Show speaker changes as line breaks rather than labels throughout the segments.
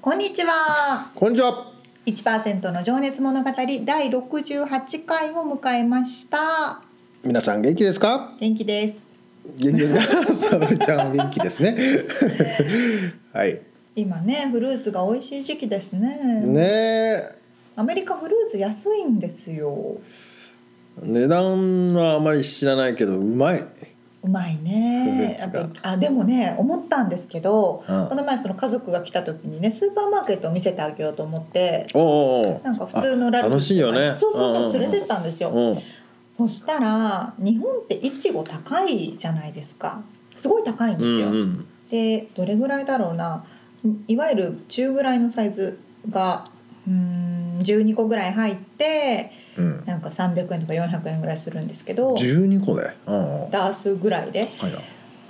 こんにちは
こんにちは。
1%の情熱物語第68回を迎えました
皆さん元気ですか？
元気です
元気ですか？ サブちゃん元気ですね。 はい。
今ねフルーツが美味しい時期ですね
ねえ
アメリカフルーツ安いんですよ
値段はあまり知らないけどうまい。
うまいね
フルーツ
あでもね思ったんですけど、
うん
この前その家族が来た時にねスーパーマーケットを見せてあげようと思って
おお
なんか普通のラル
楽しいよね。
そうそうそう、
んんん
連れてったんですよ、
うん。
そしたら日本っていちご高いじゃないですかすごい高いんです
う
よ、
んうん。
でどれぐらいだろうなんいわゆる中ぐらいのサイズがうーん12個ぐらい入って
うん。
なんか300円とか400円ぐらいするんですけど
十二個で。うん。
ダースぐらいで
高いな。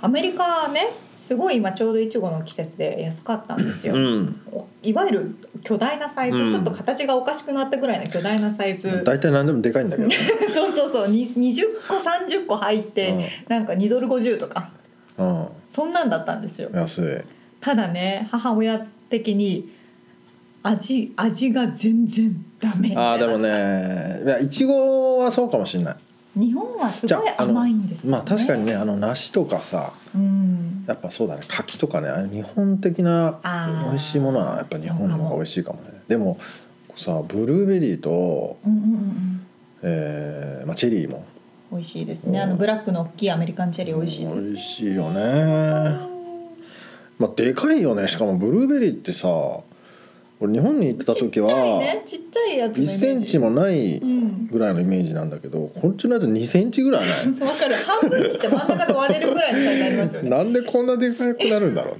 アメリカはねすごい今ちょうどいちごの季節で安かったんですよ、
うん。
おいわゆる巨大なサイズ、
うん
ちょっと形がおかしくなったぐらいの巨大なサイズ、
大体何でもでかいんだけど。
そうそうそうに20個30個入って、なんか2ドル50とか
うん。うん
そんなんだったんですよ
安い。
ただね母親的に味味が全然ダメみたいな
ああでもね、いやいちごはそうかもしれない。
日本はすごい
じゃああの
甘いんですよ、ね、
まあ確かにねあの梨とかさ。
うん
やっぱそうだね柿とかねあれ日本的な
あー
美味しいものはやっぱ日本の方が美味しいかもねでもさブルーベリーと、
うんうんうんうん
えーまあ、チェリーも
美味しいですねあのブラックの大きいアメリカンチェリー美味しいで
美
す
味しいよね、まあ、でかいよねしかもブルーベリーってさ俺日本に行ってた時は
ちっちゃいねちっちゃいやつのイメー
1
ジ
センチもない
うん
ぐらいのイメージなんだけどこっちのやつ2センチぐらいない
わかる半分にして真ん中で割れるぐらいのサイズあり ますよね
なんでこんなでかくなるんだろ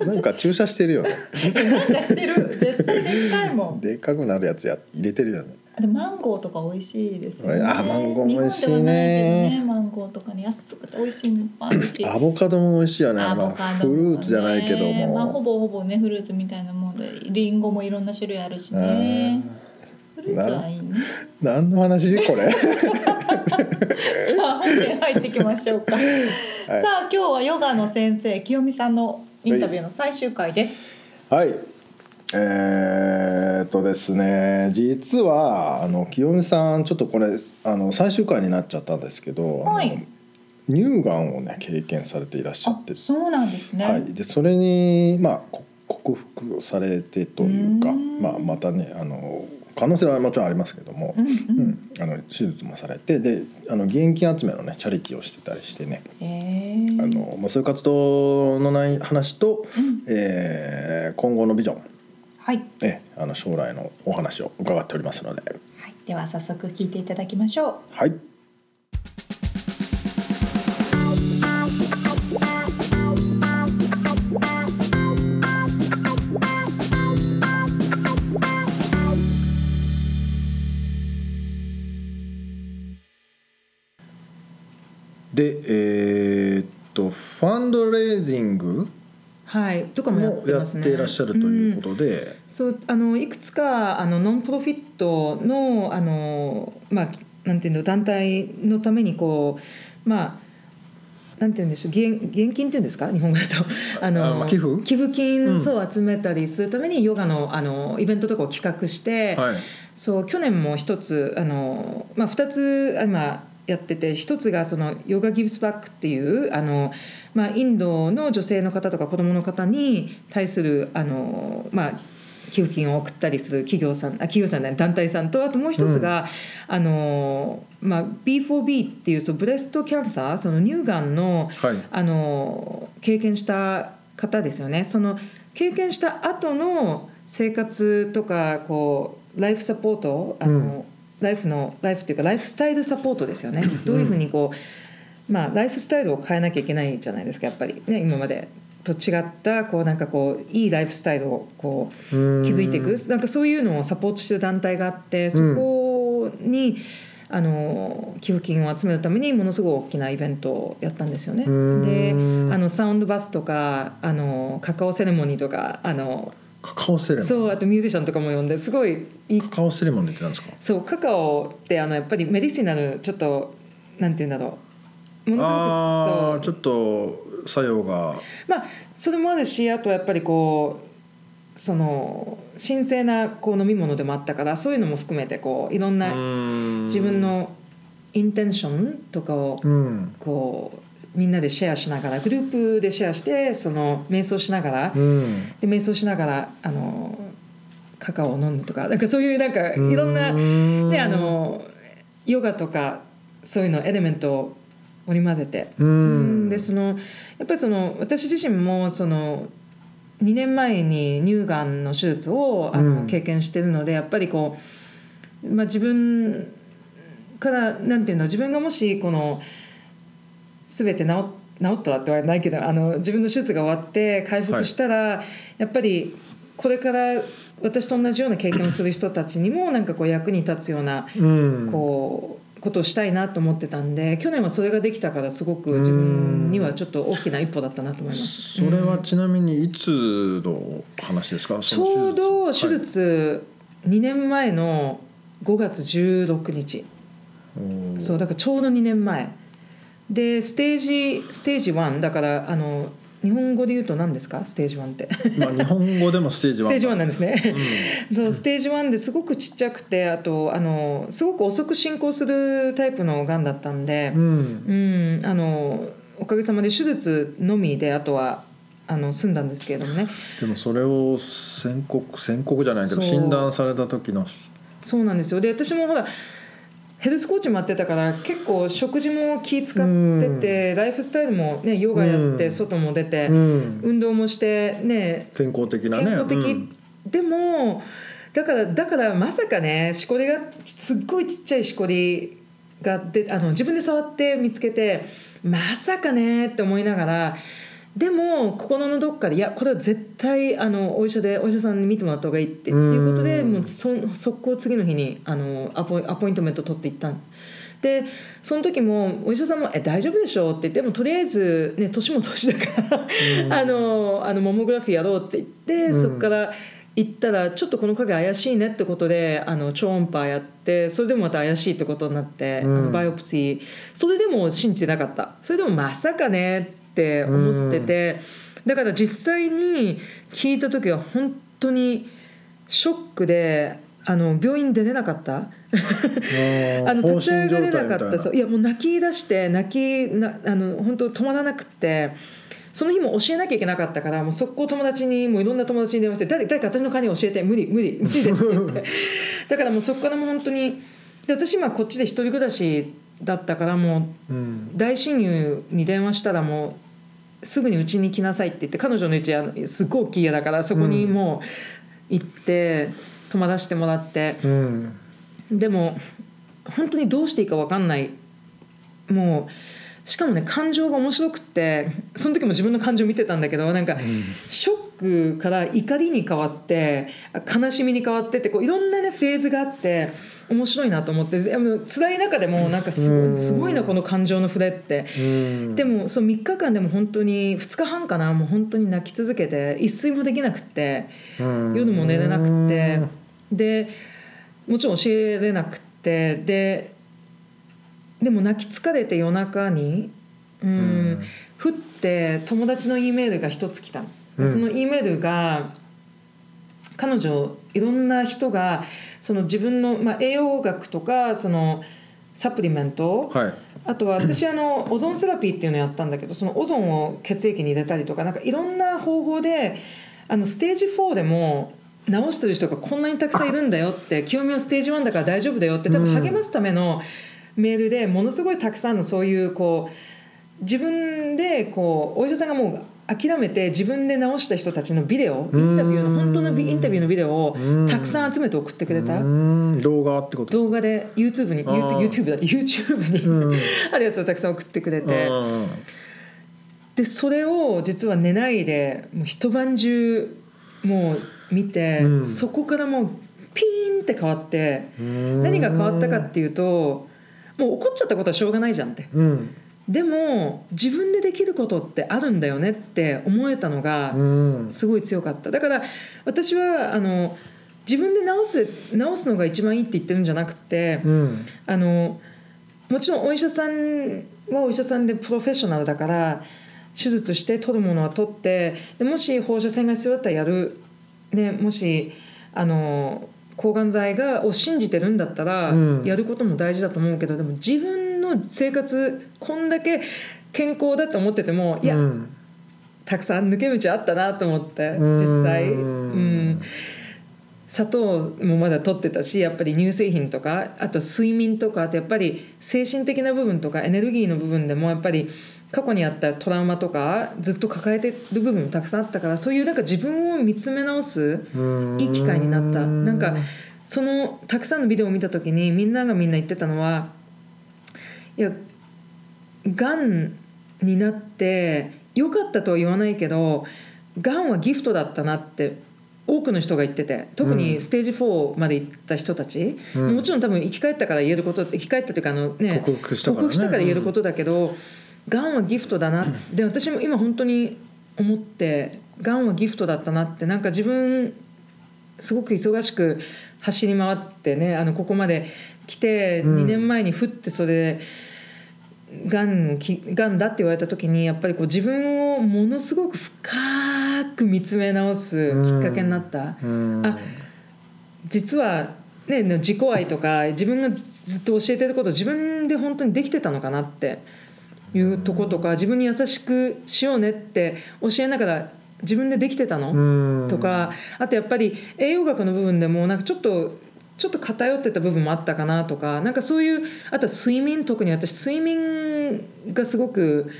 うねなんか注射してるよね
なんかしてる絶対でっかいもん
でかくなるやつや入れてるよね
でマンゴーとか美味しいですよね。
あマンゴーも美味しいね
日本ではないけどねマンゴーとかね安くて美味しいのもあるし。
アボカドも美味しいよね。
アボ
まあ
カ
フ
ドもね
ルーツじゃないけども。
まあほぼほぼねフルーツみたいなもんで、リンゴもいろんな種類あるしね。フルーツはいい ね。
うん何の話これ？
さあ本編入ってきましょ うか。さあ今日はヨガの先生清美さんのインタビューの最終回です。
はい。えーっとですね実はあの清美さんちょっとこれあの最終回になっちゃったんですけど、
はい
あの乳がんをね経験されていらっしゃ
あ
ってる、
そうなんですね。
はい、でそれにまあこ克服をされてというか
うん
まあ、またねあの可能性はもちろんありますけども
う、んう。
うんんあの手術もされてであの義援金集めのねチャリティーをしてたりしてね、
え
あ
ー。
のまあ、そういう活動のない話と、
うん
えー今後のビジョン、
はい、
えあの将来のお話を伺っておりますので
はい、では早速聞いていただきましょう。
はいでえーっとファンドレイジング
はい、とかもやっ
も
て
や
ます
っ
ね。
ていらっしゃるということ
ん
で、
そうあのいくつかあのノンプロフィットのあのまあなんていうの団体のためにこうまあ。なんて言うんでしょう現現金っていうんですか日本語だとあ
あまあ寄付
寄付金、
うん
そう集めたりするためにヨガのあのイベントとかを企画して、
はい、
そう去年も一つあの、まあ、二つあ今やってて一つがそのヨガギブスバックっていうあの、まあ、インドの女性の方とか子どもの方に対するあの、まあ、給付金を送ったりする企業さんあ企業さんじゃない団体さんとあともう一つが、あのまあ、B4B っていうそのブレストキャンサーその乳がんの,、
はい
あの経験した方ですよねその経験した後の生活とかこうライフサポートあの、
うん
ライフのライフっていうかライフスタイルサポートですよねどういうふうにこう、まあ、ライフスタイルを変えなきゃいけないじゃないですかやっぱり、ね、今までと違ったこうなんかこういいライフスタイルをこう
うん
築いていくなんかそういうのをサポートしてる団体があってそこに、あの寄付金を集めるためにものすごい大きなイベントをやったんですよね。
うん
であのサウンドバスとかあのカカオセレモニーとかあの
カカオセレモン
そうあとミュージシャンとかも呼んですごいいい
カカオセレモンって何ですか
そうカカオってあのやっぱりメディシナルちょっとなんて言うんだろうものす
ああ
ごく
ち
そ
ょ
う
っと作用が
まあそれもあるしあとやっぱりこうその神聖なこう飲み物でもあったからそういうのも含めてこういろんな自
自
分のインテンションとかを
うん
こうみんなでシェアしながらグループでシェアしてその瞑想しながら
うん
で瞑想しながらあのカカオを飲むとかなんかそういうなんかいろんな、
うん
ね、あのヨガとかそういうのエレメントを織り交ぜて、
う
うん
ん
でそのやっぱりその私自身もその2年前に乳がんの手術をあの、
うん
経験してるのでやっぱりこう、まあ、自分からなんていうの自分がもしこの全て治っ治ったらってはないけどあの自分の手術が終わって回復したら、やっぱりこれから私と同じような経験をする人たちにもなんかこう役に立つような
うん
こうことをしたいなと思ってたんで去年はそれができたからすごく自分にはちょっと大きな一歩だったなと思います。
それは
うん
ちなみにいつの話ですか
ち
その
ょうど
手術
手術2年前の5月16日
はいおー
そうだからちょうど2年前でステージステージ1だからあの日本語で言うと何ですかステージ1って。
まあ日本語でもステージ
ス
は
テージ1なんですね、 そうステージ1ですごくちっちゃくてあとあのすごく遅く進行するタイプのがんだったんで、
うん
うん、あのおかげさまで手術のみであとはあの済んだんですけれどもね
でもそれを宣告宣告じゃないけど
そう
診断された時の
そうなんですよで私もほらヘルスコーチもやってたから結構食事も気使っててライフスタイルもねヨガやっ
う
て
ん
外も出て
うん
運動もしてね
健康的なね
健康的、
うん
でもだからだからまさかねしこりがすっごいちっちゃいしこりがであの自分で触って見つけてまさかねって思いながらでも心のどっかでいやこれは絶対あのお医者でお医者さんに見てもらった方がいいって
うん
いうことでもうそ速攻次の日にあのアポアポイントメント取っていったんでその時もお医者さんも「え大丈夫でしょ」って言ってでもとりあえず、ね、年も年だから、あのあのモモグラフィーやろうって言って、
うん
そこから行ったらちょっとこの影怪しいねってことであの超音波やってそれでもまた怪しいってことになって、
うん
あのバイオプシーそれでも信じてなかったそれでもまさかねって思ってて、だから実際に聞いた時は本当にショックであの病院出れなかった。 あの立ち上がれなかったそういやもう泣き出して泣きなあの本当止まらなくてその日も教えなきゃいけなかったからもう速攻友達にもういろんな友達に電話して「誰誰か私の会に教えて無理無理無理 です」って言ってだからもうそこからもう本当にで私今こっちで一人暮らしだったからもう
うん
大親友に電話したらもうすぐにうちに来なさいって言って彼女の家あのすごい大きい家だからそこにもう行って泊まらせてもらって。
うん
でも本当にどうしていいか分かんないもうしかもね感情が面白くってその時も自分の感情見てたんだけどなんか、ショックから怒りに変わって悲しみに変わってってこういろんなねフェーズがあって面白いなと思ってでも辛い中でもなんかす
う
ご
ん
いすごいなこの感情の触れって。
うん
でもそう3日間でも本当に2日半かなもう本当に泣き続けて一睡もできなくって
うん
夜も寝れなくてでもちろん教えれなくてででも泣き疲れて夜中にうん、
うん
降って友達の E メールが一つ来たの、
う
で
ん
その E メールが彼女いろんな人がその自分の、まあ、栄養学とかそのサプリメント、
はい
あとは私あのオゾンセラピーっていうのやったんだけどそのオゾンを血液に入れたりとかなんかいろんな方法であのステージ4でも直してる人がこんなにたくさんいるんだよって清美はステージ1だから大丈夫だよって多分励ますためのメールでものすごいたくさんのそういうこう自分でこうお医者さんがもう諦めて自分で直した人たちのビデオインタビュー
うん
の本当のビインタビューのビデオ
うん
をたくさん集めて送ってくれた
うーん動画ってことです
動画で YouTube に
あー
YouTube だって YouTube に、
うん
あるやつをたくさん送ってくれ
か
て。でそれを実は寝ないでもう一晩中もう見て、
うん
そこからもうピーンって変わって
何
何が変わったかっていうともう怒っちゃったことはしょうがないじゃんって
うん
でも自分でできることってあるんだよねって思えたのが
うん
すごい強かっただから私はあの自分で直す直すのが一番いいって言ってるんじゃなくて、
うん
あのもちろんお医者さんはお医者さんでプロフェッショナルだから手術して取るものは取ってでもし放射線が必要だったらやる、ね、もしあの抗がん剤がを信じてるんだったら
うん
やることも大事だと思うけど、でも自分の生活こんだけ健康だと思っててもいや、
うん
たくさん抜け道あったなと思って
うん
実際うん砂糖もまだ取ってたしやっぱり乳製品とかあと睡眠とかあとやっぱり精神的な部分とかエネルギーの部分でもやっぱり過去にあったトラウマとかずっと抱えてる部分もたくさんあったからそういうなんか自分を見つめ直す
うん
いい機会になったなんかそのたくさんのビデオを見た時にみんながみんな言ってたのはいやがんになって良かったとは言わないけどがんはギフトだったなって多くの人が言ってて特
うん
にステージ4まで行った人たち、
うん
もちろん多分生き返ったから言えること生き返ったというかあのね
克服したからね
克服言えることだけど、がんはギフトだなで私も今本当に思ってがんはギフトだったなってなんか自分すごく忙しく走り回ってねあのここまで来て
うん
2年前にふってそれで。がんをきがんだって言われた時にやっぱりこう自分をものすごく深く見つめ直すきっかけになった、
うん
あ実は、ね、自己愛とか自分がずっと教えてることを自分で本当にできてたのかなっていうとことか自分に優しくしようねって教えながら自分でできてたの、
うん
とかあとやっぱり栄養学の部分でもなんかちょっとちょっと偏ってた部分もあったかなとかなんかそういうあとは睡眠特に私睡眠がすごく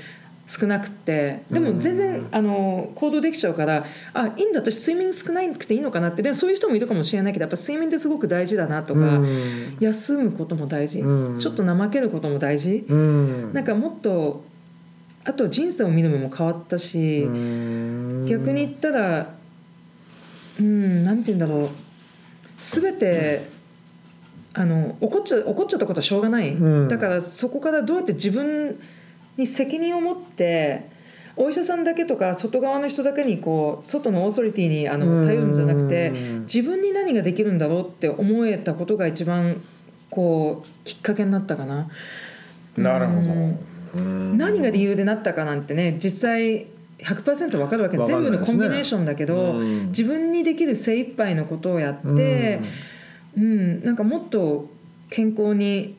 少なくてでも全然あの行動できちゃうからあいいんだ私睡眠少なくていいのかなってでそういう人もいるかもしれないけどやっぱ睡眠ってすごく大事だなとか、
うん
休むことも大事、
うん
ちょっと怠けることも大事、
うん
なんかもっとあとは人生を見る目も変わったし。
うん
逆に言ったらうんなんて言うんだろう全て、あの怒っちゃ怒っちゃったことはしょうがない、
うん
だからそこからどうやって自分に責任を持ってお医者さんだけとか外側の人だけにこう外のオーソリティにあ
うん
の頼るんじゃなくて
うん
自分に何ができるんだろうって思えたことが一番こうきっかけになったかな。
なるほど
何が理由でなったかなんてね実際100%分かるわけ
わかん
全
な
部
いですね
のコンビネーションだけど、
うん
自分にできる精一杯のことをやって、うんなんかもっと健康に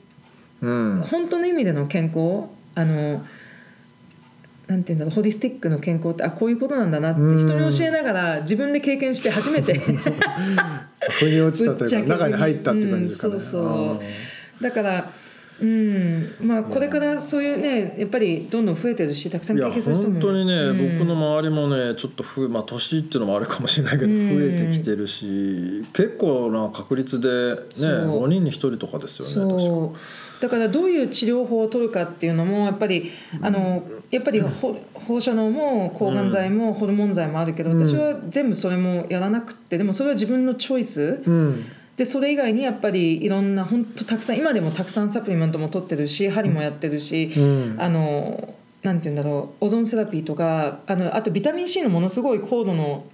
うんうん
本当の意味での健康あのなんていうんだろうホリスティックの健康ってあこういうことなんだなって
うん
人に教えながら自分に経験して 初めて
腑に落ちたというか
ぶっちゃけ
中に入ったっていう感じですかね
うんそうそうだから。うんまあ、これからそういうねやっぱりどんどん増えてるしたくさん
い
経
や
験する人も
本当にね、
うん
僕の周りもねちょっとふ、まあ、年っていうのもあるかもしれないけど、
うん
増えてきてるし結構な確率で、ね、
そう
5人に1人とかですよね確か
そうだからどういう治療法を取るかっていうのもやっぱりあのやっぱりほ放射能も抗がん剤もホルモン剤もあるけど、
うん
私は全部それもやらなくってでもそれは自分のチョイス
うん
でそれ以外にやっぱりいろんな本当たくさん今でもたくさんサプリメントも取ってるし針もやってるし、
うん
あのなんて言うんだろうオゾンセラピーとかあのあとビタミン C のものすごい高度の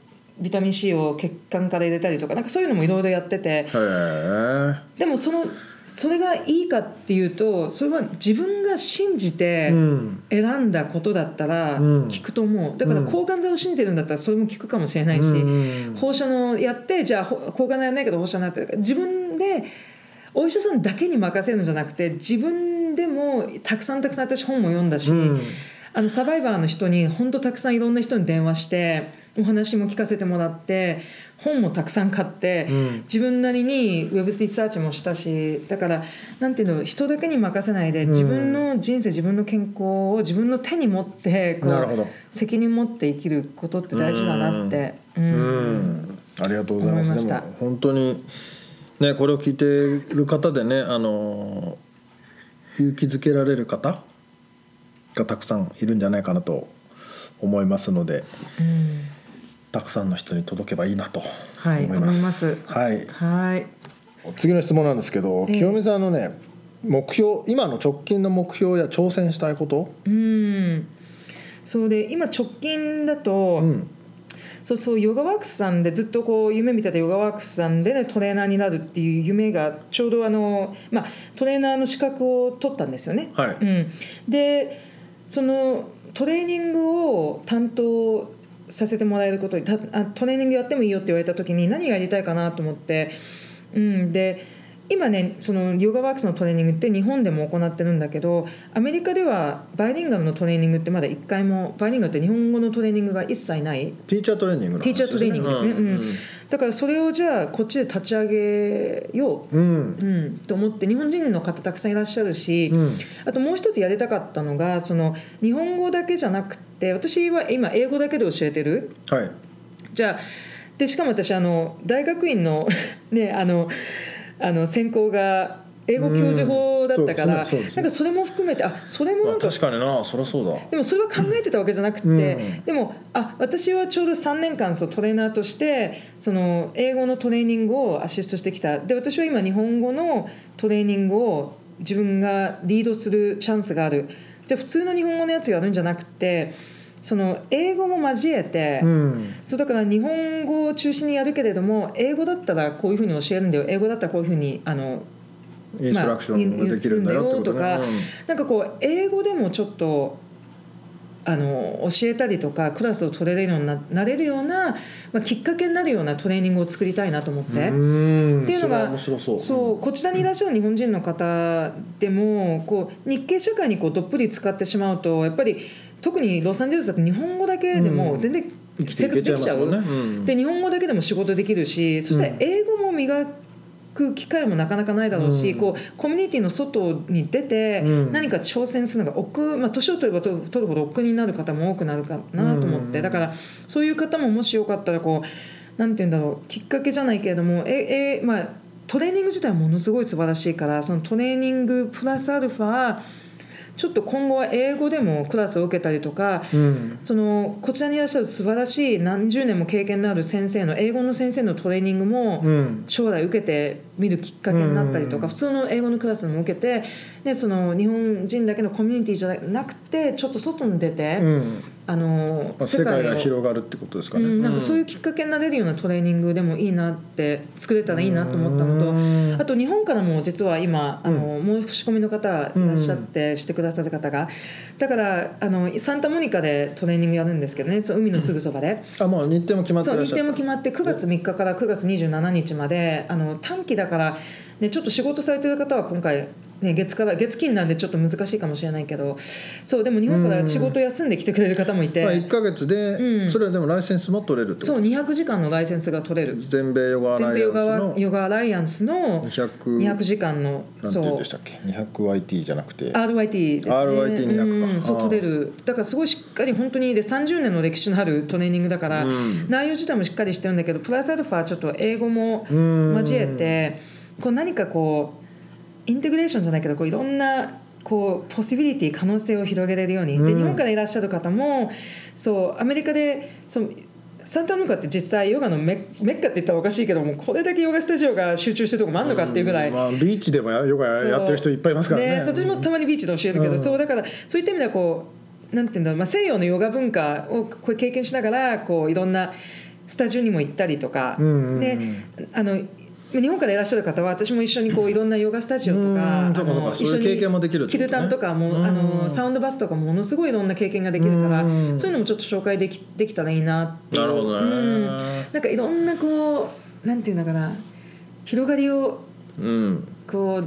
ビタミン C を血管から入れたりとかなんかそういうのもいろいろやってて。
へえ
でもそのそれがいいかっていうとそれは自分が信じて
うん
選んだことだったら
うん
聞くと思う、だから
うん
抗がん剤を信じてるんだったらそれも聞くかもしれないし、
うん
放射能やってじゃあほ抗がん剤やらないけど放射能やって自分でお医者さんだけに任せるんじゃなくて自分でもたくさんたくさん私本も読んだし、
うん
あのサバイバーの人に本当たくさんいろんな人に電話してお話も聞かせてもらって本もたくさん買って、
うん
自分なりにウェブリサーチもしたしだからなんていうの人だけに任せないで自分の人生自分の健康を自分の手に持ってこ
なるほど
う責任持って生きることって大事だなって。うん
うん、ありがとうございます。
思いまし
で
た
も本当にねこれを聞いてる方でねあの勇気づけられる方がたくさんいるんじゃないかなと思いますので、
うん
たくさんの人に届けばいいなと
はい
思います。
思います
はい。
はい
次の質問なんですけど、
ええ
清美さんのね目標今の直近の目標や挑戦したいこと、
うんそうで今直近だと、
うん、
そうそうヨガワークスさんでずっとこう夢見てたヨガワークスさんで、ね、トレーナーになるっていう夢がちょうどあの、まあ、トレーナーの資格を取ったんですよね。
はい
うん、でそのトレーニングを担当させてもらえることにたあトレーニングやってもいいよって言われた時に何がやりたいかなと思って、うん、で今ねそのヨガワークスのトレーニングって日本でも行ってるんだけどアメリカではバイリンガルのトレーニングってまだ1回もバイリンガルって日本語のトレーニングが一切ない
ティーチャートレーニングの話
ティーチャートレーニングですね、
うん
うんだからそれをじゃあこっちで立ち上げよう、
うん
うん、と思って日本人の方たくさんいらっしゃるし、
うん
あともう一つやりたかったのがその日本語だけじゃなくて私は今英語だけで教えてる
はい
じゃあでしかも私あの大学院の ねあのあの専攻が英語教授法だったから、
うんそうそうそうですね
なんかそれも含めてあそれもなん
あ
か
確かになそりゃそうだ
でもそれは考えてたわけじゃなくて、
うん
でもあ私はちょうど3年間そうトレーナーとしてその英語のトレーニングをアシストしてきたで私は今日本語のトレーニングを自分がリードするチャンスがあるじゃあ普通の日本語のやつやるんじゃなくてその英語も交えて、
うん
そうだから日本語を中心にやるけれども英語だったらこういうふうに教えるんだよ英語だったらこういうふうにあの
インストラクションができるんだよってことね、
まあ言うんだよなんかこう英語でもちょっとあの教えたりとかクラスを取れるようにななれるような、まあ、きっかけになるようなトレーニングを作りたいなと思って。
うん、
っていう
そ
の
れ
が
は面白そう
そうこちらにいらっしゃる日本人の方でもこう日系社会にこうどっぷり使ってしまうとやっぱり特にロサンゼルスだと日本語だけで
う
も
ん
全然
生きて
生
いけ
活
ち
で
ゃい
き
ますも
ちゃ
んね、
う。
うん、
で日本語だけでも仕事できるしそした
う
ら
ん
英語も磨く機会もなかなかないだろうし、
うん
こうコミュニティの外に出て
うん
何か挑戦するのが億劫、まあ、年を取れば取る取るほど億劫になる方も多くなるかなと思って、
うん
だからそういう方ももしよかったらこうなんて言うんだろうきっかけじゃないけれどもええまあ、トレーニング自体はものすごい素晴らしいからそのトレーニングプラスアルファちょっと今後は英語でもクラスを受けたりとか、
うん
そのこちらにいらっしゃる素晴らしい何十年も経験のある先生の英語の先生のトレーニングも
うん
将来受けてみるきっかけになったりと
うん
か普通の英語のクラスも受けてでその日本人だけのコミュニティじゃなくてちょっと外に出て、
うん
あの
まあ、世界が
を
広がるってことですか
う
ね、
ん、なんかそういうきっかけになれるようなトレーニングでもいいなって作れたらいいなと思ったのと。
の
あと日本からも実は今あの、申し込みの方がいらっしゃってしてくださる方が、だからあのサンタモニカでトレーニングやるんですけどねそう海のすぐそばで、
あもう日程も決まって
そ
ら
う
っし
日
ゃった
程も決まって9月3日から9月27日まであの短期だから、ね、ちょっと仕事されてる方は今回、ね、月から月金なんでちょっと難しいかもしれないけどそうでも日本から仕事休んで来てくれる方もいて、
まあ、1か月で、
うん
それはでもライセンスも取れるってこ
そう
と
200時間のライセンスが取れる。
全米ヨガア
全
ライア
米ヨ
ンス
ガ
の
ヨガアライアンスの200
200
時間の
なんて言うんでしたっけ 200YT じゃなくて
RYT ですね
RYT200 か
うん、そう
あー
取れるだからすごいしっかり本当にで30年の歴史のあるトレーニングだから、
うん
内容自体もしっかりしてるんだけどプラスアルファちょっと英語も
うん
交えてこう何かこうインテグレーションじゃないけどこういろんなこうポシビリティ可能性を広げれるように、
う
で
ん
日本からいらっしゃる方もそうアメリカでそうサンタモニカって実際ヨガのメメッカって言ったらおかしいけどもこれだけヨガスタジオが集中してるとこもあるのかっていうぐらい、
うんまあ、ビーチでもやヨガ
そう
やってる人いっぱいいますからね
そっちもたまにビーチで教えるけど、
うん
そうだからそういった意味ではこうなんていうんだろう、まあ、西洋のヨガ文化をこう経験しながらこういろんなスタジオにも行ったりとか、
うんうんうん
ねあの日本からいらっしゃる方は私も一緒にこういろんなヨガスタジオと
うん
か,、あ
そうかそうか
の一
そういう
緒に
経験もできるってこと
キ
ね
ルタンとかも、
うん
あのサウンドバスとかもものすごいいろんな経験ができるから、
うん
そういうのもちょっと紹介できできたらいいなっていう
なるほどね
うんなんかいろんなこうなんていうのかな広がりを
うん
こ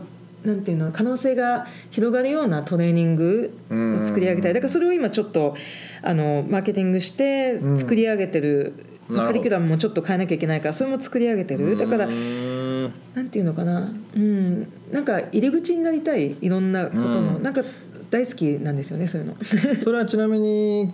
うなんていうの可能性が広がるようなトレーニングを作り上げたいだからそれを今ちょっとあのマーケティングして
うん
作り上げて
な
る、
るほど
カリキュラムもちょっと変えなきゃいけないからそれも作り上げてるだから
うん
なんていうのかなうんなんか入り口になりたいいろんなことの、
うん
なんか大好きなんですよねそういうの。
それはちなみに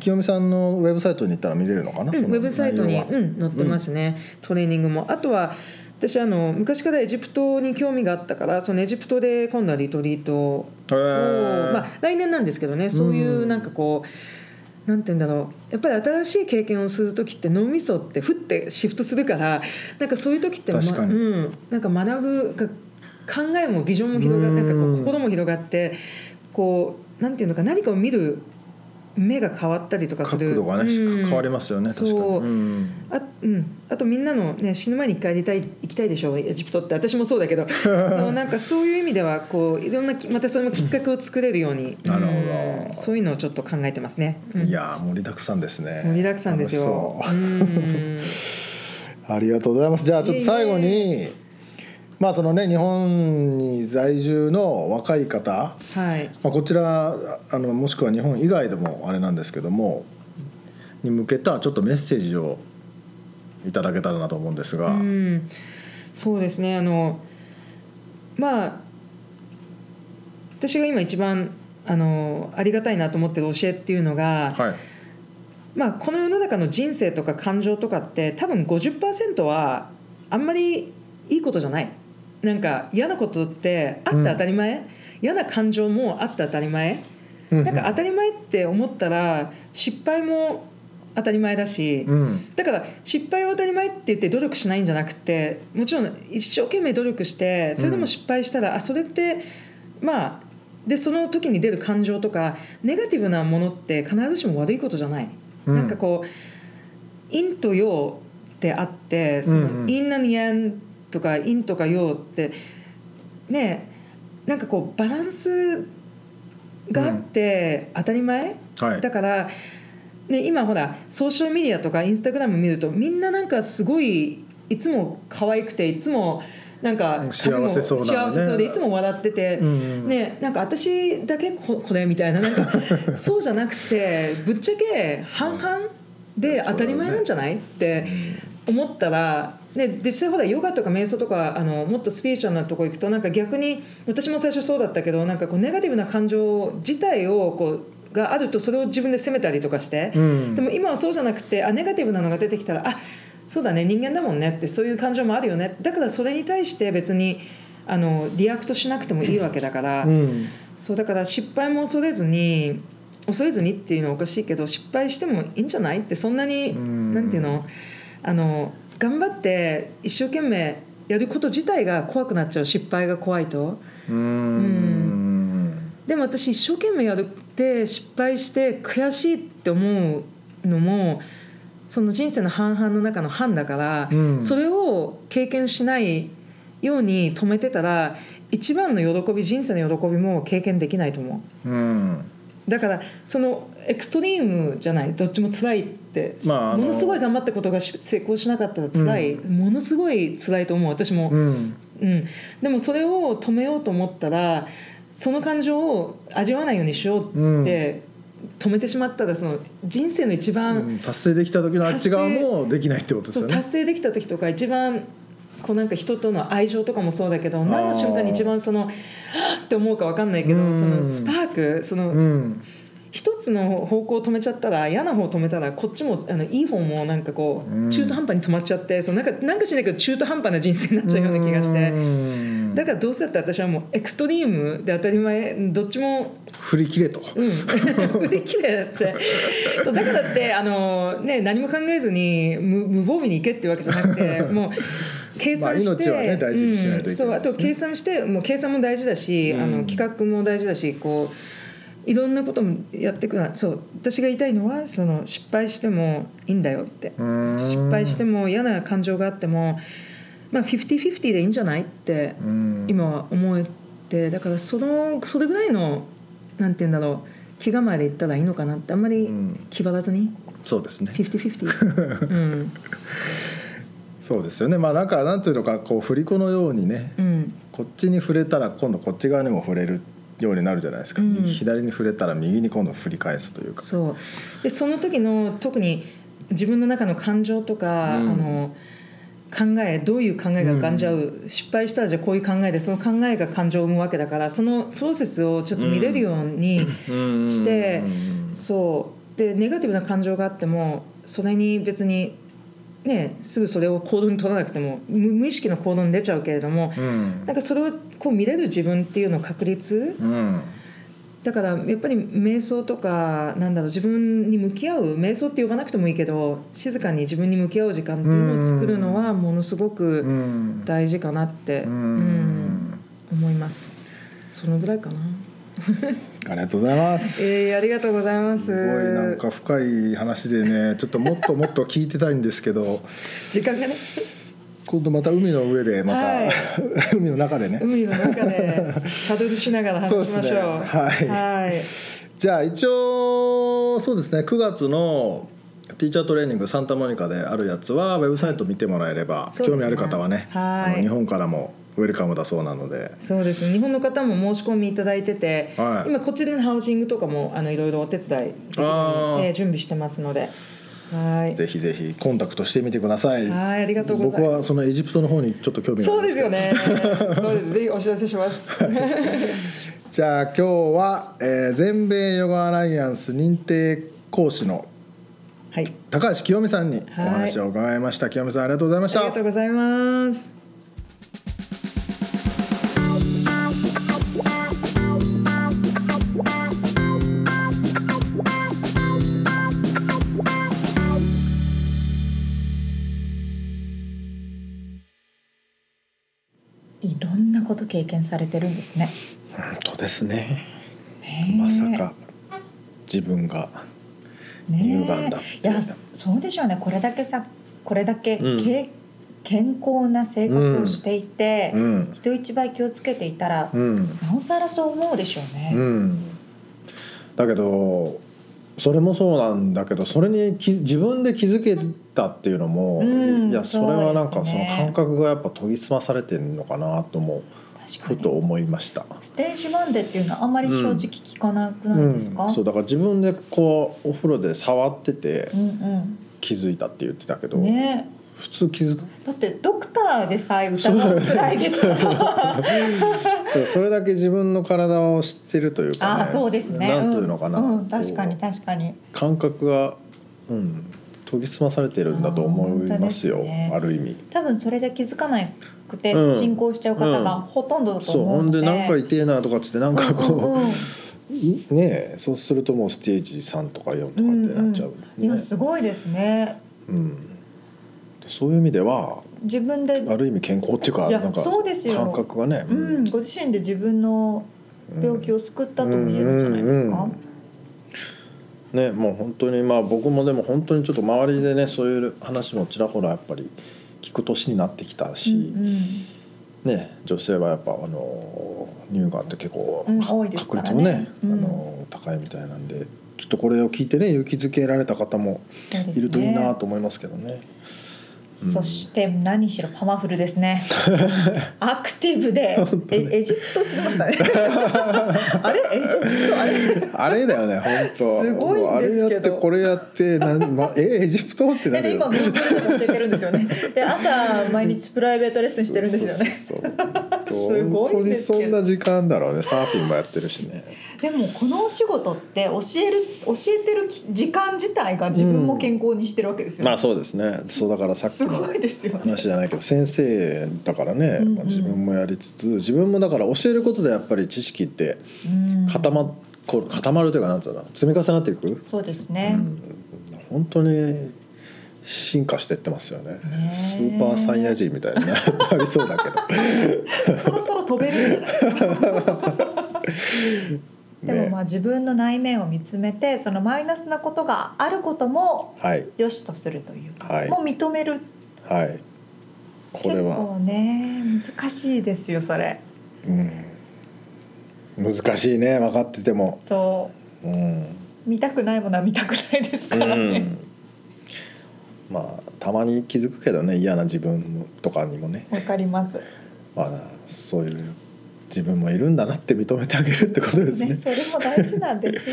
清美さんのウェブサイトに行ったら見れるのかな、
うん
そ
ウ
の
ェブサイトに、
内容
う
は
ん、載ってますね、トレーニングもあとは私あの昔からエジプトに興味があったからそのエジプトで今度はリトリートを、
へー
まあ、来年なんですけどねそういうなんかこう、なんて言うんだろうやっぱり新しい経験をする時って脳みそってふってシフトするからなんかそういう時って、ま
確かに
うん、なんか学ぶが考えもビジョンも広が
う
っ
ん
てなんかこう心も広がってこうなんていうのか何かを見る目が変わったりとかする
角度がね、
うん
変わりますよね確かに
そう
うん
あ,、うん、あとみんなの、ね、死ぬ前に一回行きたい行きたいでしょうエジプトって私もそうだ けどそうなんかそういう意味ではこういろんなきまたそれもきっかけを作れるように、
なるほど
うんそういうのをちょっと考えてますね、うん
いやー盛りだくさんですね
盛りだくさんですよ
楽し。
う
そうんありがとうございますじゃあちょっと最後
い
にまあそのね日本に在住の若い方
はい
まあ、こちらあのもしくは日本以外でもあれなんですけどもに向けたちょっとメッセージをいただけたらなと思うんですが、
うん、そうですねあのまあ私が今一番あのありがたいなと思ってる教えっていうのが、
はい、
まあ、この世の中の人生とか感情とかって多分50%はあんまりいいことじゃないなんか嫌なことってあって当たり前、嫌な感情もあって当たり前なんか当たり前って思ったら失敗も当たり前だし、
うん
だから失敗は当たり前って言って努力しないんじゃなくてもちろん一生懸命努力してそれでも失敗したら、あそれってまあでその時に出る感情とかネガティブなものって必ずしも悪いことじゃない、
うん
なんかこう陰と陽ってあってそ
うんう
の
ん
陰なにやんとか陰とか陽ってねえなんかこうバランスがあって当たり前、
はい
だから、ね、今ほらソーシャルメディアとかインスタグラム見るとみんななんかすごいいつも可愛くていつもなんか
幸せそうなね
髪も幸せそうでいつも笑ってて、
うんうん
ね、なんか私だけここれみたいななんか そうじゃなくてぶっちゃけ半々
い
で
や
当たり前なんじゃない、って思ったら、ね、実際ほらヨガとか瞑想とかあのもっとスピリチュアルなとこ行くとなんか逆に私も最初そうだったけどなんかこうネガティブな感情自体をこうがあるとそれを自分で責めたりとかして、
うん
でも今はそうじゃなくてあネガティブなのが出てきたらあそうだね人間だもんねってそういう感情もあるよねだからそれに対して別にあのリアクトしなくてもいいわけだから。
うん
そうだから失敗も恐れずに恐れずにっていうのはおかしいけど失敗してもいいんじゃないってそんなに
ん
なんていうのあの頑張って一生懸命やること自体が怖くなっちゃう失敗が怖いと
うーん
でも私一生懸命やるって失敗して悔しいって思うのもその人生の半々の中の半だから、
うん
それを経験しないように止めてたら一番の喜び人生の喜びも経験できないと思う。
うん
だからそのエクストリームじゃないどっちも辛いって、
まああの
ものすごい頑張ったことがし成功しなかったら辛い、ものすごい辛いと思う私も、
うん
うん、でもそれを止めようと思ったらその感情を味わわないようにしようって止めてしまったらその人生の一番、
うん達成できた時のあっち側もできないってことです
そ
よ
う
ね
達成できた時とか一番こうなんか人との愛情とかもそうだけど
ー
何の瞬間に一番そのはぁって思うか分かんないけど、
うん
そのスパークその、
うん
一つの方向を止めちゃったら嫌な方を止めたらこっちもあのいい方もなんかこう、
うん
中途半端に止まっちゃってそのなんかなんかしないけど中途半端な人生になっちゃうような気がして、
うん
だからどうせだって私はもうエクストリームで当たり前どっちも
振り切れと
うん 腕綺麗だってそうだからってあの、ね、何も考えずに無無防備に行けっていうわけじゃな くてもう計算して、
まあ命はね大事にしないといけないですね
うんそうあと計算してもう計算も大事だし、
うん
あの企画も大事だしこういろんなこともやっていくなそう私が言いたいのはその失敗してもいいんだよって
うん
失敗しても嫌な感情があってもまあ50/50でいいんじゃないって
うん
今は思えてだからそのそれぐらいのなんて言うんだろう気構えでいったらいいのかなってあんまり
うん
気張らずに、
そうですね
フィフティフィフテ ィうん
そうですよねまあなんかなんていうのかこう振り子のようにね
うん
ここっちに触れたら今度こっち側にも触れるようになるじゃないですか、
うん
右左に触れたら右に今度振り返すというか
そうでその時の特に自分の中の感情とか、
うん
あの考えどういう考えが浮かんじゃう、失敗したらじゃあこういう考えでその考えが感情を生むわけだからそのプロセスをちょっと見れるように、してそうでネガティブな感情があってもそれに別にねすぐそれを行動に取らなくても無無意識の行動に出ちゃうけれども
うん
なんかそれをこう見れる自分っていうの確率
うん
だからやっぱり瞑想とかなんだろう自分に向き合う瞑想って呼ばなくてもいいけど静かに自分に向き合う時間っていうのを作るのはものすご
う
く
ん
大事かなって、
う
うん
ん
思いますそのぐらいかな、
ありがとうございます
えー、ありがとうございます
すごいなんか深い話でねちょっともっともっと聞いてたいんですけど
時間がね
今度また海の上でまた、
はい
海の中でね
海の中でパドルしながら話しましょ
そ
う。
うですねはい
はい。
じゃあ一応そうですね9月のティーチャートレーニングサンタモニカであるやつはウェブサイト見てもらえれば、
そうで
興
すね
味ある方はね、
はい
あの日本からもウェルカムだそうなので
そうです。日本の方も申し込みいただいてて、
はい
今こっちでのハウジングとかもあのいろいろお手伝いできる
あ
の
ー
で準備してますので、はい。
ぜひぜひコンタクトしてみてください。
はいありがとうございます
僕はそのエジプトの方にちょっと興味があ
そ
る
うん
で
ですす
けど
よね。そうです。ぜひお知らせします。
じゃあ今日は、えー全米ヨガアライアンス認定講師の
はい。
高橋清美さんにお
はい
話を伺いました、清美さんありがとうございまし
あり
た
がとうございます。
いろんなこと経験されてるんですね。
本当ですね
ねえ
まさか自分が乳がんだって
ねえいやそうでしょうねこれだけさこれだけ、
うん
け健康な生活をしていて、
うん
人一倍気をつけていたら、
うん
なおさらそう思うでしょうね。
うんだけどそれもそうなんだけどそれにき自分で気づけたっていうのも、
うん
いやそれはなんか
そうです
その
ね
感覚がやっぱ研ぎ澄まされてるのかなともふ
確か
と
に
思いました。
ステージ1でっていうのはあまり正直聞かなくな
う
い
ん、
ですか、うん、
そうだから自分でこうお風呂で触ってて
うん
気づいたって言ってたけど、
ね
普通気づく
えだってドクターでさえ疑うくらいですから
だからそれだけ自分の体を知ってるというか、
あ
ね、
あそうですね
なんというのかな、
うんうん、確かに
こ
確かに
う感覚が、うん、研ぎ澄まされてるんだと思います
あ
よ
ー本当ですね
ある意味。
多分それで気づかなくて
うん
進行しちゃう方がほとんどだと
そう
思
ほ
うんので、
でなんか痛えなとかっつってなんかこう,、
うんうんうん
ねえそうするともうステージ3とか4とかってなっちゃう、ね
いやすごいですね
うん、そういう意味では
自分で、
ある意味健康っていうか
いや
なんか
そうですよ
感覚がね、
うん、ご自身で自分の病気
を
を救ったとも言えるんじゃないですか、
ねもう本当にまあ僕もでも本当にちょっと周りでねそういう話もちらほらやっぱり聞く年になってきたし、
うんうん
ね、女性はやっぱあの乳がんって結構、
うん
か
多いですからね
確率もね、
うん
あの高いみたいなんでちょっとこれを聞いてね勇気づけられた方も
そうですね
いるといいなと思いますけ どね。うん
そして何しろパワフルですね。 アクティブで、えエジプトって言ってましたね。 あれエジプトあれ。
あれだよね本当
すごいんですけど
もうあれやってこれやってなん、ま、えエジプトってな
で
る
今
よ
グーグルでも教えてるんですよね。で朝毎日プライベートレッスンしてるんですよね。
そうそうそう
すごい
本当
ん
に
ですけ
そ
ど
んな時間だろうねサーフィンもやってるしね。
でもこのお仕事って教える教えてるき時間自体が自分も健康にしてるわけですよね。
まあそうですねそうだからさっき
す
の
ごいですよね。
話じゃないけど先生だからね、
うんうん
まあ自分もやりつつ自分もだから教えることでやっぱり知識って
うん
固ま,、こう固まるというかなんつうの積み重なっていく、
そうです
う
ね。
ん、本当に進化していってますよね
ね
スーパーサイヤ人みたい にななりそうだけ
そろそろ飛べるんじゃない。
ど、
でも
ね
まあ自分の内面を見つめてそのマイナスなことがあることも
はい
良しとするというか、
はい
もう認める
はいこれ
結
は、
構ね難しいですよそれ
うん、難しいね分かってても、
そ
うん
う見たくないものは見たくないですから
う
ね、
んまあたまに気づくけどね嫌な自分とかにもね
わかります
あそういう自分もいるんだなって認めてあげるってことですね
ね、それも大事なんですね。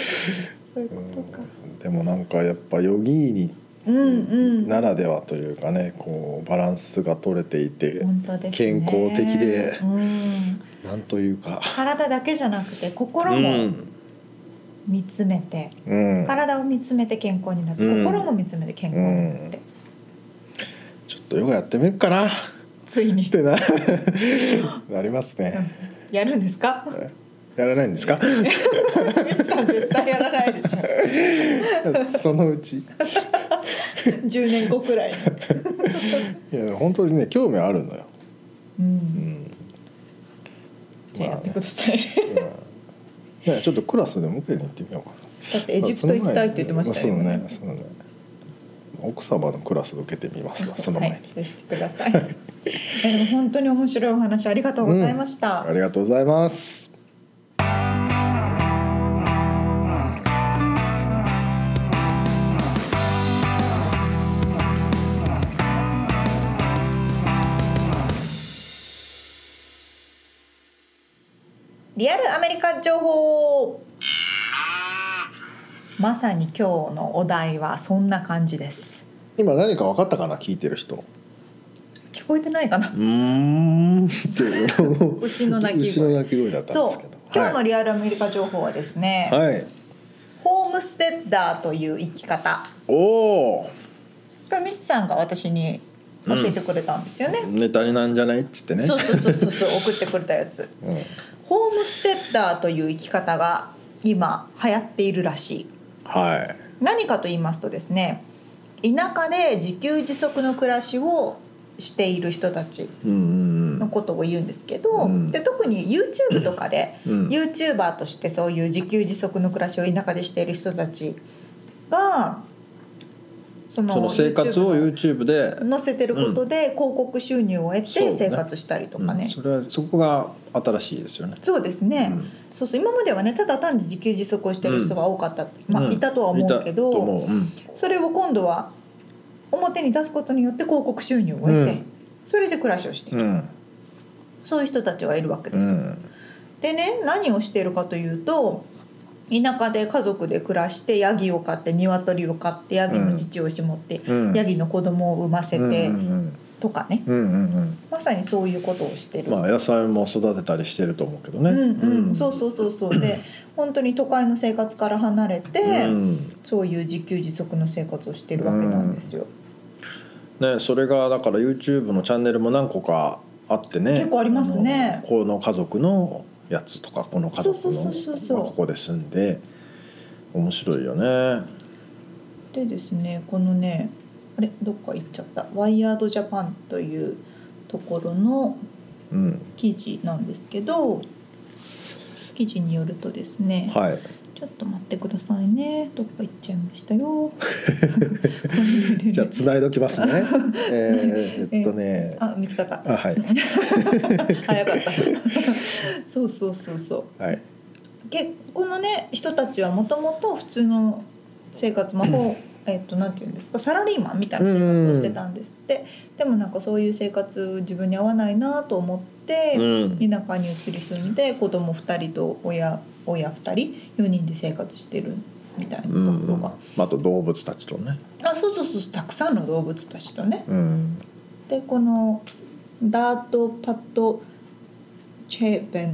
そういうことか。
うんでもなんかやっぱヨギーに
うんうん。
ならではというかねこうバランスが取れていて、
本当です、ね。
健康的で
うん。
なんというか
体だけじゃなくて
う
心も
ん、
見つめて、
うん、
体を見つめて健康になって、
うん
心も見つめて健康になって、
うちょっとヨガやってみるかなっ
ついに
てな なりますね
やるんです か？
やらないんで すか
ミツさん絶対やらない でしょ。
そのうち
10年後くらいに。
いや本当にね興味あるのよ、
う。
うんん
じゃあやってくださ い。
うんね、ちょっとクラスでも受けに行ってみようかな
だってエジプト行きたいって言ってましたよ
そう
ね
ね。そうね奥様のクラス受けてみますわその前に、
はい、そうしてください。えでも本当に面白いお話ありがとうございました。
ありがとうございます
リアルアメリカ情報まさに今日のお題はそんな感じです
今何か分かったかな聞いてる人
聞こえてないか な
うん
牛の鳴き声
牛の鳴き声だったん
そ
です
う
けど
今日のリアルアメリカ情報はですね、
はい、はい、
ホームステッダーという生き方
おお
これミッツさんが私に教えてくれたんですよね、
ネタになんじゃないっつってね
そうそうそうそうそう送ってくれたやつ
うん、
ホームステッダーという生き方が今流行っているらしい
はい
何かと言いますとですね田舎で自給自足の暮らしをしている人たち
うん
のことを言うんですけど、
うん
で特に YouTube とかで、
うんうん
YouTuber としてそういう自給自足の暮らしを田舎でしている人たちがその
その生活を
YouTube
YouTube で
の載せてることで広告収入を得
そう
て
ね
生活したりとか
うん
ね。
それはそこが新しいですよね
そうですね、そうそう今まではねただ単に自給自足をしてる人が多かった、まあ、いたとは思うけど、
いたと思ううん
それを今度は表に出すことによって広告収入を得て、
うん
それで暮らしをしている、
うん
そういう人たちがいるわけで
う
す。
ん
でね何をしているかというと田舎で家族で暮らしてヤギを飼って鶏を飼ってヤギの乳を絞って、
うん
ヤギの子供を産ませ
うんう
て
ん
とかね、
うんうんうん
まさにそういうことをして
うん
る。
まあ野菜も育てたりしてると思うけどね
うんうんそう
う
そうそうそうで本当に都会の生活から離れて、
うん
そういう自給自足の生活をしてるわけなんですよ。
ねそれがだから YouTube のチャンネルも何個かあってね
結構ありますね
あのこの家族のやつとかこの家族
そう
の
そうそうそう
まあここで住んで面白いよね
でですねこのねあれどっか行っちゃった「ワイヤードジャパン」というところの
うん
記事なんですけど記事によるとですね、
はい
ちょっと待ってくださいねどっか行っちゃいました よ
じゃあ繋いどきます ねえーえっとね
あ見つかっ た
あはい
早かった そうそうそうそう
はい
結このね人たちはもともと普通の生活魔法えっとなんて言うんですかサラリーマンみたいな生活をしてたんですってでもなんかそういう生活自分に合わないなと思って
ん
田舎に移り住んで子供2人と親親2人4人で生活してるみたいなと
うん
ころが、
あと動物たちとね
あそうそうそうたくさんの動物たちとね
うん
でこのダートパッドチェーベンっ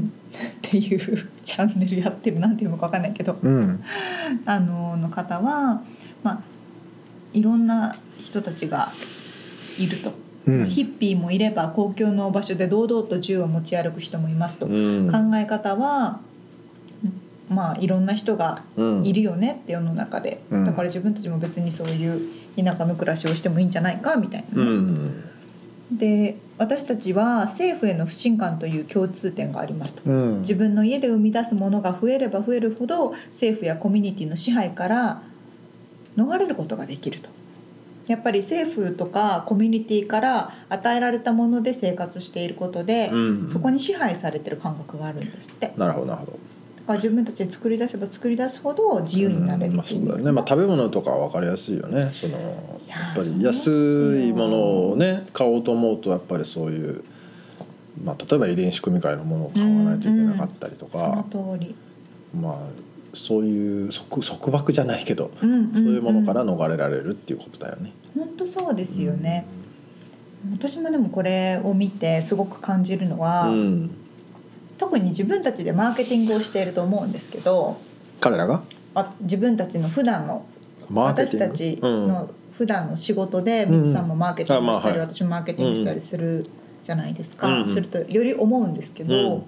ていう チャンネルやってるなんていうのかわかんないけど
うん
あのの方は、まあ、いろんな人たちがいると、
うん
ヒッピーもいれば公共の場所で堂々と銃を持ち歩く人もいますと、
うん
考え方はまあいろんな人がいるよねって世の中で、
うん
だから自分たちも別にそういう田舎の暮らしをしてもいいんじゃないかみたいな
う
ね、
ん
で私たちは政府への不信感という共通点がありますと。
うん
自分の家で生み出すものが増えれば増えるほど政府やコミュニティの支配から逃れることができるとやっぱり政府とかコミュニティから与えられたもので生活していることで、
うん
そこに支配されてる感覚があるんですってだか
なるほどなるほど
ら自分たちで作り出せば作り出すほど自由になれ
うん
る
まあ
ってい
そうだよね、まあ、食べ物とかは分かりやすいよねその
いやー
やっぱ
そう
り
なんです
安
よ
いものをね買おうと思うとやっぱりそういうまあ、例えば遺伝子組み換えのものを買わないといけなかったりとか、
その通り、
まあ、そういう束束縛じゃないけど、
うんんん
そういうものから逃れられるっていうことだよね。
本当そうですよね、私もでもこれを見てすごく感じるの
う
は、
ん、
特に自分たちでマーケティングをしていると思うんですけど
彼らが
あ自分たちの普段の
マーケ
私
ティング
たち
うん
の普段の仕事で
うん
みつさんもマーケティングしたり、
あまあはい
私もマーケティングしたりするじゃないですか、
うんうん
するとより思うんですけど、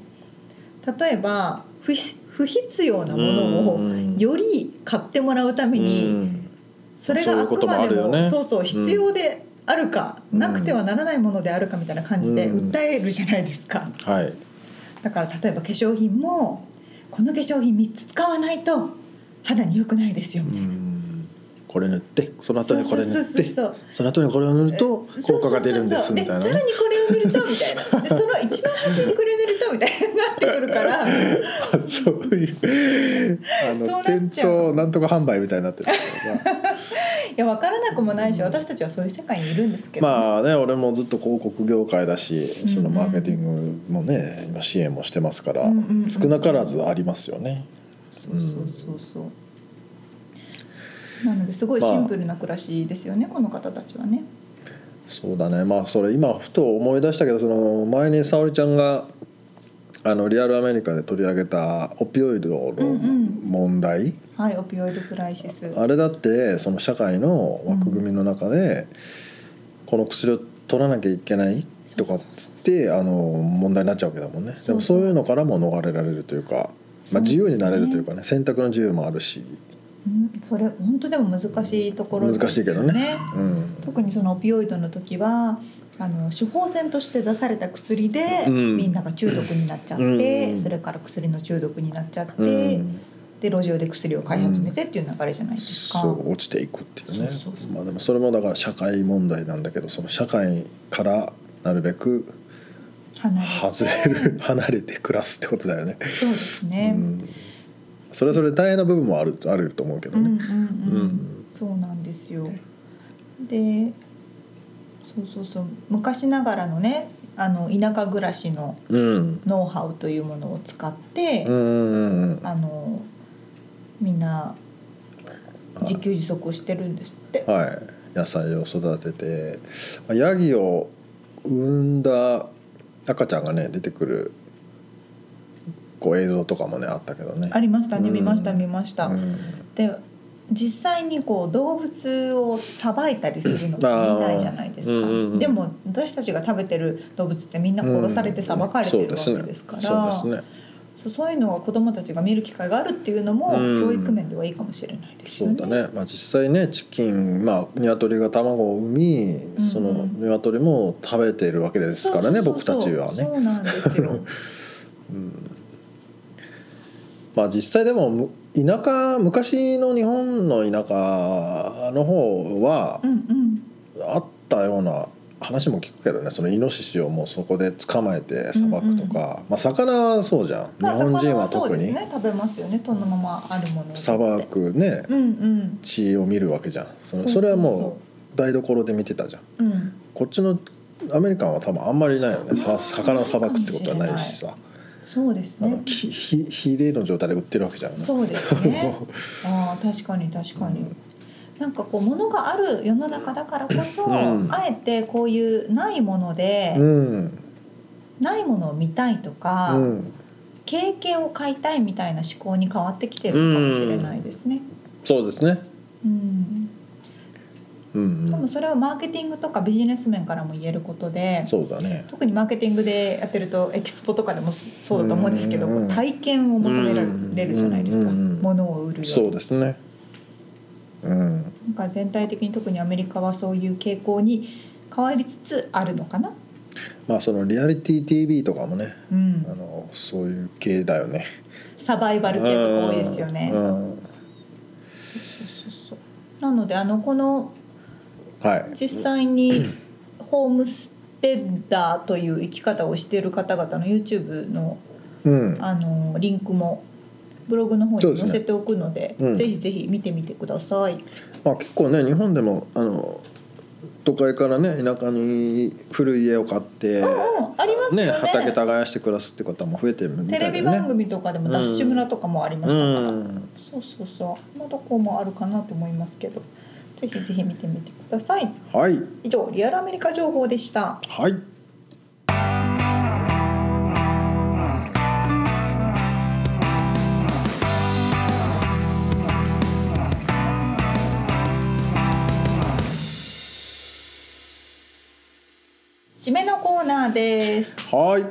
例えば不必不必要なものを
うん
より買ってもらうために、
うん
それがあくまで
そういうこと
も
もあるよね
そうそう必要であるか、
うん
なくてはならないものであるかみたいな感じで
うん
訴えるじゃないですか、
はい、
だから例えば化粧品もこの化粧品3つ使わないと肌に良くないですよみ
う
たいな。
んこれ塗ってその後にこれ塗
そう
っ
そうそう
て
そう
その後にこれを塗ると
そう
効果が出るんで
そ
す
う
み
そうそ
た
うで
い
さ
なね。
らにこれを塗るとみたいなでその一番初めにこれを塗るとみたいになってくるから
そういうあ
そうなっ
の
ちゃう
店頭なんとか販売みたいになってるけ ど
いや分からなくもないし私たちはそういう世界にいるんですけど、
まあね俺もずっと広告業界だしその
うんうん
マーケティングもね今支援もしてますから
うんうんうん
少なからずありますよね。
そうそうそうそう、なのですごいシンプルな暮らしですよね、この方たちはね
そうだねまあそれ今ふと思い出したけどその前に沙織ちゃんがあのリアルアメリカで取り上げたオピオイドの
うんうん
問題、
はいオピオイドクライシス
あれだってその社会の枠組みの中で、この薬を取らなきゃいけないとかっつってあの問題になっちゃうわけだもんねでもそういうのからも逃れられるというか、まあ、自由になれるというかね選択の自由もあるし、
うんそれ本当でも難しいところですよ、ね、
難しいけどねうん、
特にそのオピオイドの時はあの処方箋として出された薬で、
うん
みんなが中毒になっちゃって、
うん
それから薬の中毒になっちゃって、
うん
で路上で薬を買い始めてっていう流れじゃないですか。
そう落ちていくっていうね
そうそうそう
まあでもそれもだから社会問題なんだけどその社会からなるべく
離れて
外れる 離れて暮らすってことだよね。
そうですね
う。ん、それはそれで大変な部分もあるあると思うけど
うんうん
ね。
うん
うん
そうなんですよでそうそうそう昔ながらのねあの田舎暮らしの
うん
ノウハウというものを使って、
うんうんうん
あのみんな自給自足をしてるんですって。
はい、野菜を育ててまあヤギを産んだ赤ちゃんがね出てくるこう映像とかもねあったけどね。
ありましたね
うん
見ました見ました。
うん
で実際にこう動物をさばいたりするのって見ないじゃないですか、
うんうんうん
でも私たちが食べてる動物ってみんな殺されてさばかれてるわけですから、
そうですね。
そうそういうのが子どもたちが見る機会があるっていうのも
うん
教育面ではいいかもしれないです
そ
よ
う
ね。
だね、まあ、実際ねチキンまあ鶏が卵を産み
うん
その鶏も食べているわけですからね
そうそう
僕
そう
たちはね
そうなんです よ。
まあ実際でもむ田舎昔の日本の田舎の方は
うんうん。
あったような話も聞くけどねそのイノシシをもうそこで捕まえてさばくとか、まあ魚はそうじゃん日
まあ
本人は
魚そ
特
うです
に
ね食べますよね。そのままあるものを。
さば。くね
うんうん。
血を見るわけじゃんその
うう
それはもう台所で見てたじゃ
う。
ん。
うん。
こっちのアメリカンは多分あんまりないよねさ魚をさばくってことはないしさ
そうです
あの
ね。
ひひひれの状態で売ってるわけじゃんね
そうですね。ああ確かに確かに。
うん
なんかこうものがある世の中だからこそ、
うん
あえてこういうないもので、
うん
ないものを見たいと
う
か、
ん
経験を買いたいみたいな思考に変わってきてるのかもしれないですね。
そうですね
うん、
うん
多
う
分
ん
それはマーケティングとかビジネス面からも言えることで
そうだね
特にマーケティングでやってるとエキスポとかでもそそうだと思うんですけど、
うん
こう体験を求められるじゃないですか、
うんうん
物を売るより
そうですねうん
なんか全体的に特にアメリカはそういう傾向に変わりつつあるのかな。
まあそのリアリティ TV とかもね
う
あ
ん、
のそういう系だよね
サバイバル系とか多いですよね。
う
そうん
うん
そうなのであのこの
はい
実際にホームステッダーという生き方をしている方々の YouTube の
うん
あのリンクもブログの方
そうで
に
す
載
ね
せておくので
うん
ぜひぜひ見てみてください。
まあ結構ね日本でもあの都会からね田舎に古い家を買って、
うんうんありますよね
畑耕して暮らすって方も増えてるみた
テ
いだ
レ
よね
ビ番組とかでもダッシュ村とかもありました
う
から、
ん
そうそうそうまだこうもあるかなと思いますけどぜひぜひ見てみてください
はい
以上リアルアメリカ情報でした
はい
締めのコーナーです
はい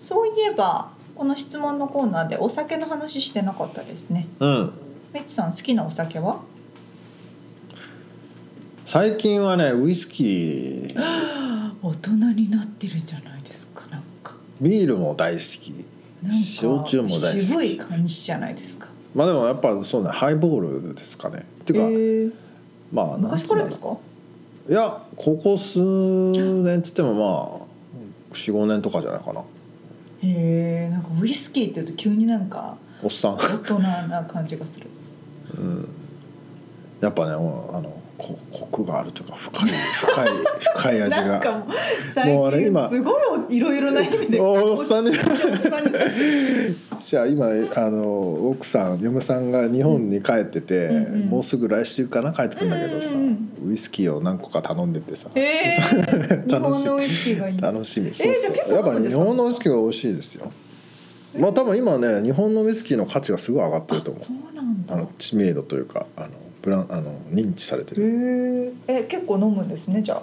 そういえばこの質問のコーナーでお酒の話してなかったですね
うん
みちさん好きなお酒は
最近はねウイスキー
大人になってるじゃないですかなんか
ビールも大好き
なんか
焼酎も大好き
渋い感じじゃないですか
まあでもやっぱそうねハイボールですかねって
え
いうか、
ー、
まあなんつ
昔か
うの
らですか
いやここ数年っつってもまあ45年とかじゃないかな
へえー、なんかウイスキーって言うと急になんか
おっさん
大人な感じがする
やっぱねもうあのこコクがあるというか 深い深い深い味が
なんかもう最
もうあれ今
近すごいいろいろな意味で
おっさんね
おっさんに
じゃあ今あの奥さん嫁さんが日本に帰ってて、
うんうん
もうすぐ来週かな帰ってくるんだけどさ、
うんうん
ウイスキーを何個か頼んでてさ、
えー、日本のウイスキーがいい
楽しみ
じゃあ結構
やっ
飲む
ぱ
んで
日
すか
本のウイスキーが美味しいですよまあ多分今ね日本のウイスキーの価値がすごい上がってると思う
そうなん
あ
だ
の知名度というかあのブランあの認知されて
へ
る、
ーえ結構飲むんですねじゃあ、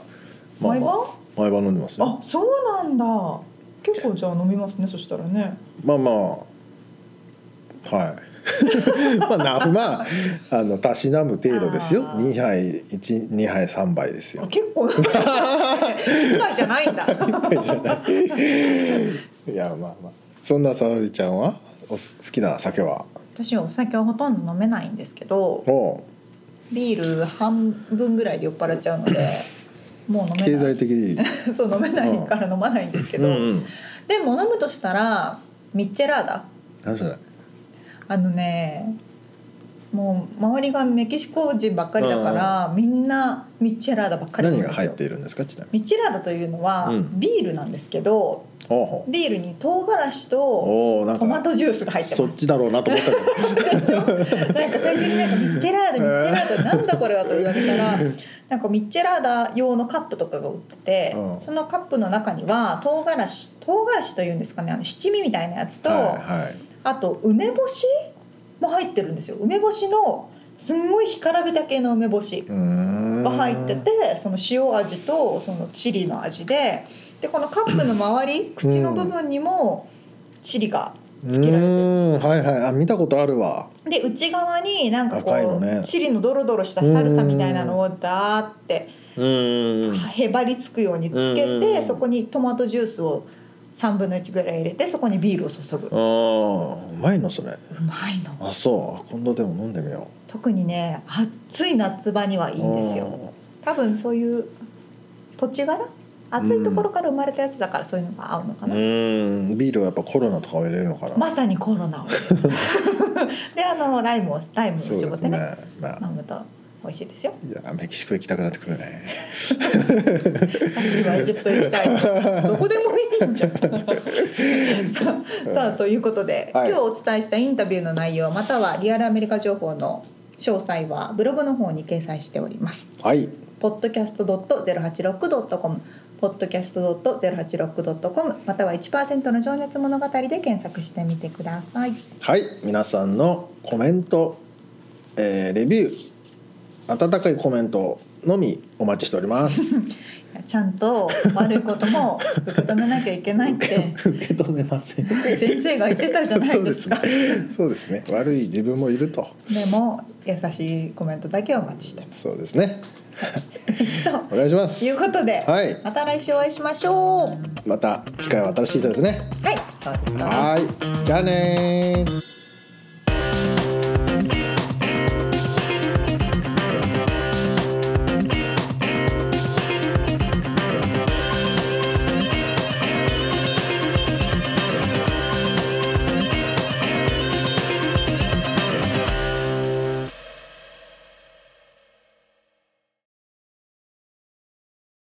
まあまあ
毎
毎晩飲んでます
晩あ
ね
そうなんだ結構じゃあ飲みますねそしたらね
まあまあはい まあなまああのたしなむ程度ですよ
あー
2杯12杯3杯ですよ
結 構一杯じゃないんだ
いやまあまあそんな沙織ちゃんはおす好きな酒は
私はお酒はほとんど飲めないんですけど
おう
ビール半分ぐらいで酔っ払っちゃうのでもう飲め
経
な
済的に
いそう飲めないから飲まないんですけ
う
ど、
んうん
でも飲むとしたらミッチェラーダ
何それ
あのねもう周りがメキシコ人ばっかりだから、みんなミッチェラーダばっかりなん
何
ですよ
が入っているんですかちなみに
ミッチェラーダというのは
うん
ビールなんですけど、
おうほう
ビールに唐辛子と
おうなん
トマ
か
トジュースが入って
そ
ま
っ
す
ちだろうなと 思ったけど
なんか最初になんかミッチェラーダミッチェラーダなんだこれはと言われたらなんかミッチェラーダ用のカップとかが売ってて、
うん
そのカップの中には唐辛子唐辛子というんですかねあの七味みたいなやつと、
はいはい
あと梅干しも入ってるんですよ梅干しのすんごい干からびた系の梅干し
うーん
が入っててその塩味とそのチリの味ででこのカップの周り口の部分にもチリがつけられて
う
る
ーんはいはいあ見たことあるわ
で内側になんかこ
赤いの
う、
ね
チリのドロドロしたサルサみたいなのをダーって
うん
へばりつくようにつけ
うんうんうん
てそこにトマトジュースを3分の1ぐらい入れてそこにビールを注ぐ
あーうまいのそれ
うまいの
あそう今度でも飲んでみよ
特にね暑い夏場には
う
い
い
いんですよ多分そういう土地柄暑いところから生まれたやつだからそういうのが合うのか
う
な、
んビールはやっぱコロナとかを入れるのかな、
まさにコロ ナをであのライムをライムを
そう
絞
で
っ
すね
てね
ま
飲
あ
むと美味しいですよ
いやメキシコ行きたくなってくるね
さっきはエジプト行きたいどこでもいいんじゃんさあさあということで、
はい
今日お伝えしたインタビューの内容またはリアルアメリカ情報の詳細はブログの方に掲載しております
はい
podcast.086.com podcast.086.com または1%の情熱物語で検索してみてください
はい皆さんのコメント、えーレビュー温かいコメントのみお待ちしております
ちゃんと悪いことも受け止めなきゃいけない って
受け止めません
先生が言ってたじゃな
そ
いうで
ですす
か
ね
で
そうですね悪い自分もいると
も優しいコメントだけお待ちしてま
そうです ね
すと
お願いします
いうことで、
はい
また来週お会いしましょう
また次回は新しい人ですね
はいそうですそうです
はいじゃあねー